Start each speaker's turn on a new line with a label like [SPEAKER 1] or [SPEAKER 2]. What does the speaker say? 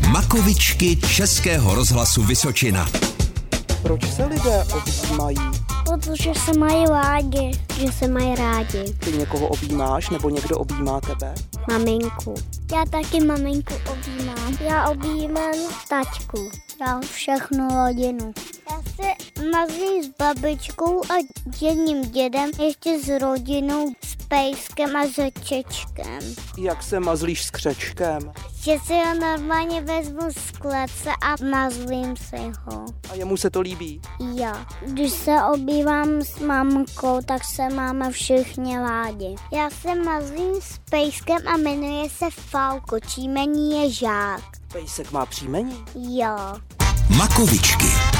[SPEAKER 1] Vlakovičky Českého rozhlasu Vysočina.
[SPEAKER 2] Proč se lidé objímají?
[SPEAKER 3] Protože se mají rádi. Že se mají rádi.
[SPEAKER 2] Ty někoho objímáš nebo někdo objímá tebe?
[SPEAKER 3] Maminku. Já taky maminku objímám. Já objímám taťku. Já všechnu rodinu. Já se mazlím s babičkou a jedním dědem, ještě s rodinou, s pejskem a s čečkem.
[SPEAKER 2] Jak se mazlíš s křečkem?
[SPEAKER 3] Že si ho normálně vezmu z klece a mazlím si ho.
[SPEAKER 2] A jemu se to líbí?
[SPEAKER 3] Jo. Když se obývám s mamkou, tak se máme všichni rádi. Já se mazlím s pejskem a jmenuje se Falko. Čímení je žák.
[SPEAKER 2] Pejsek má příjmení?
[SPEAKER 3] Jo.
[SPEAKER 1] Makovičky.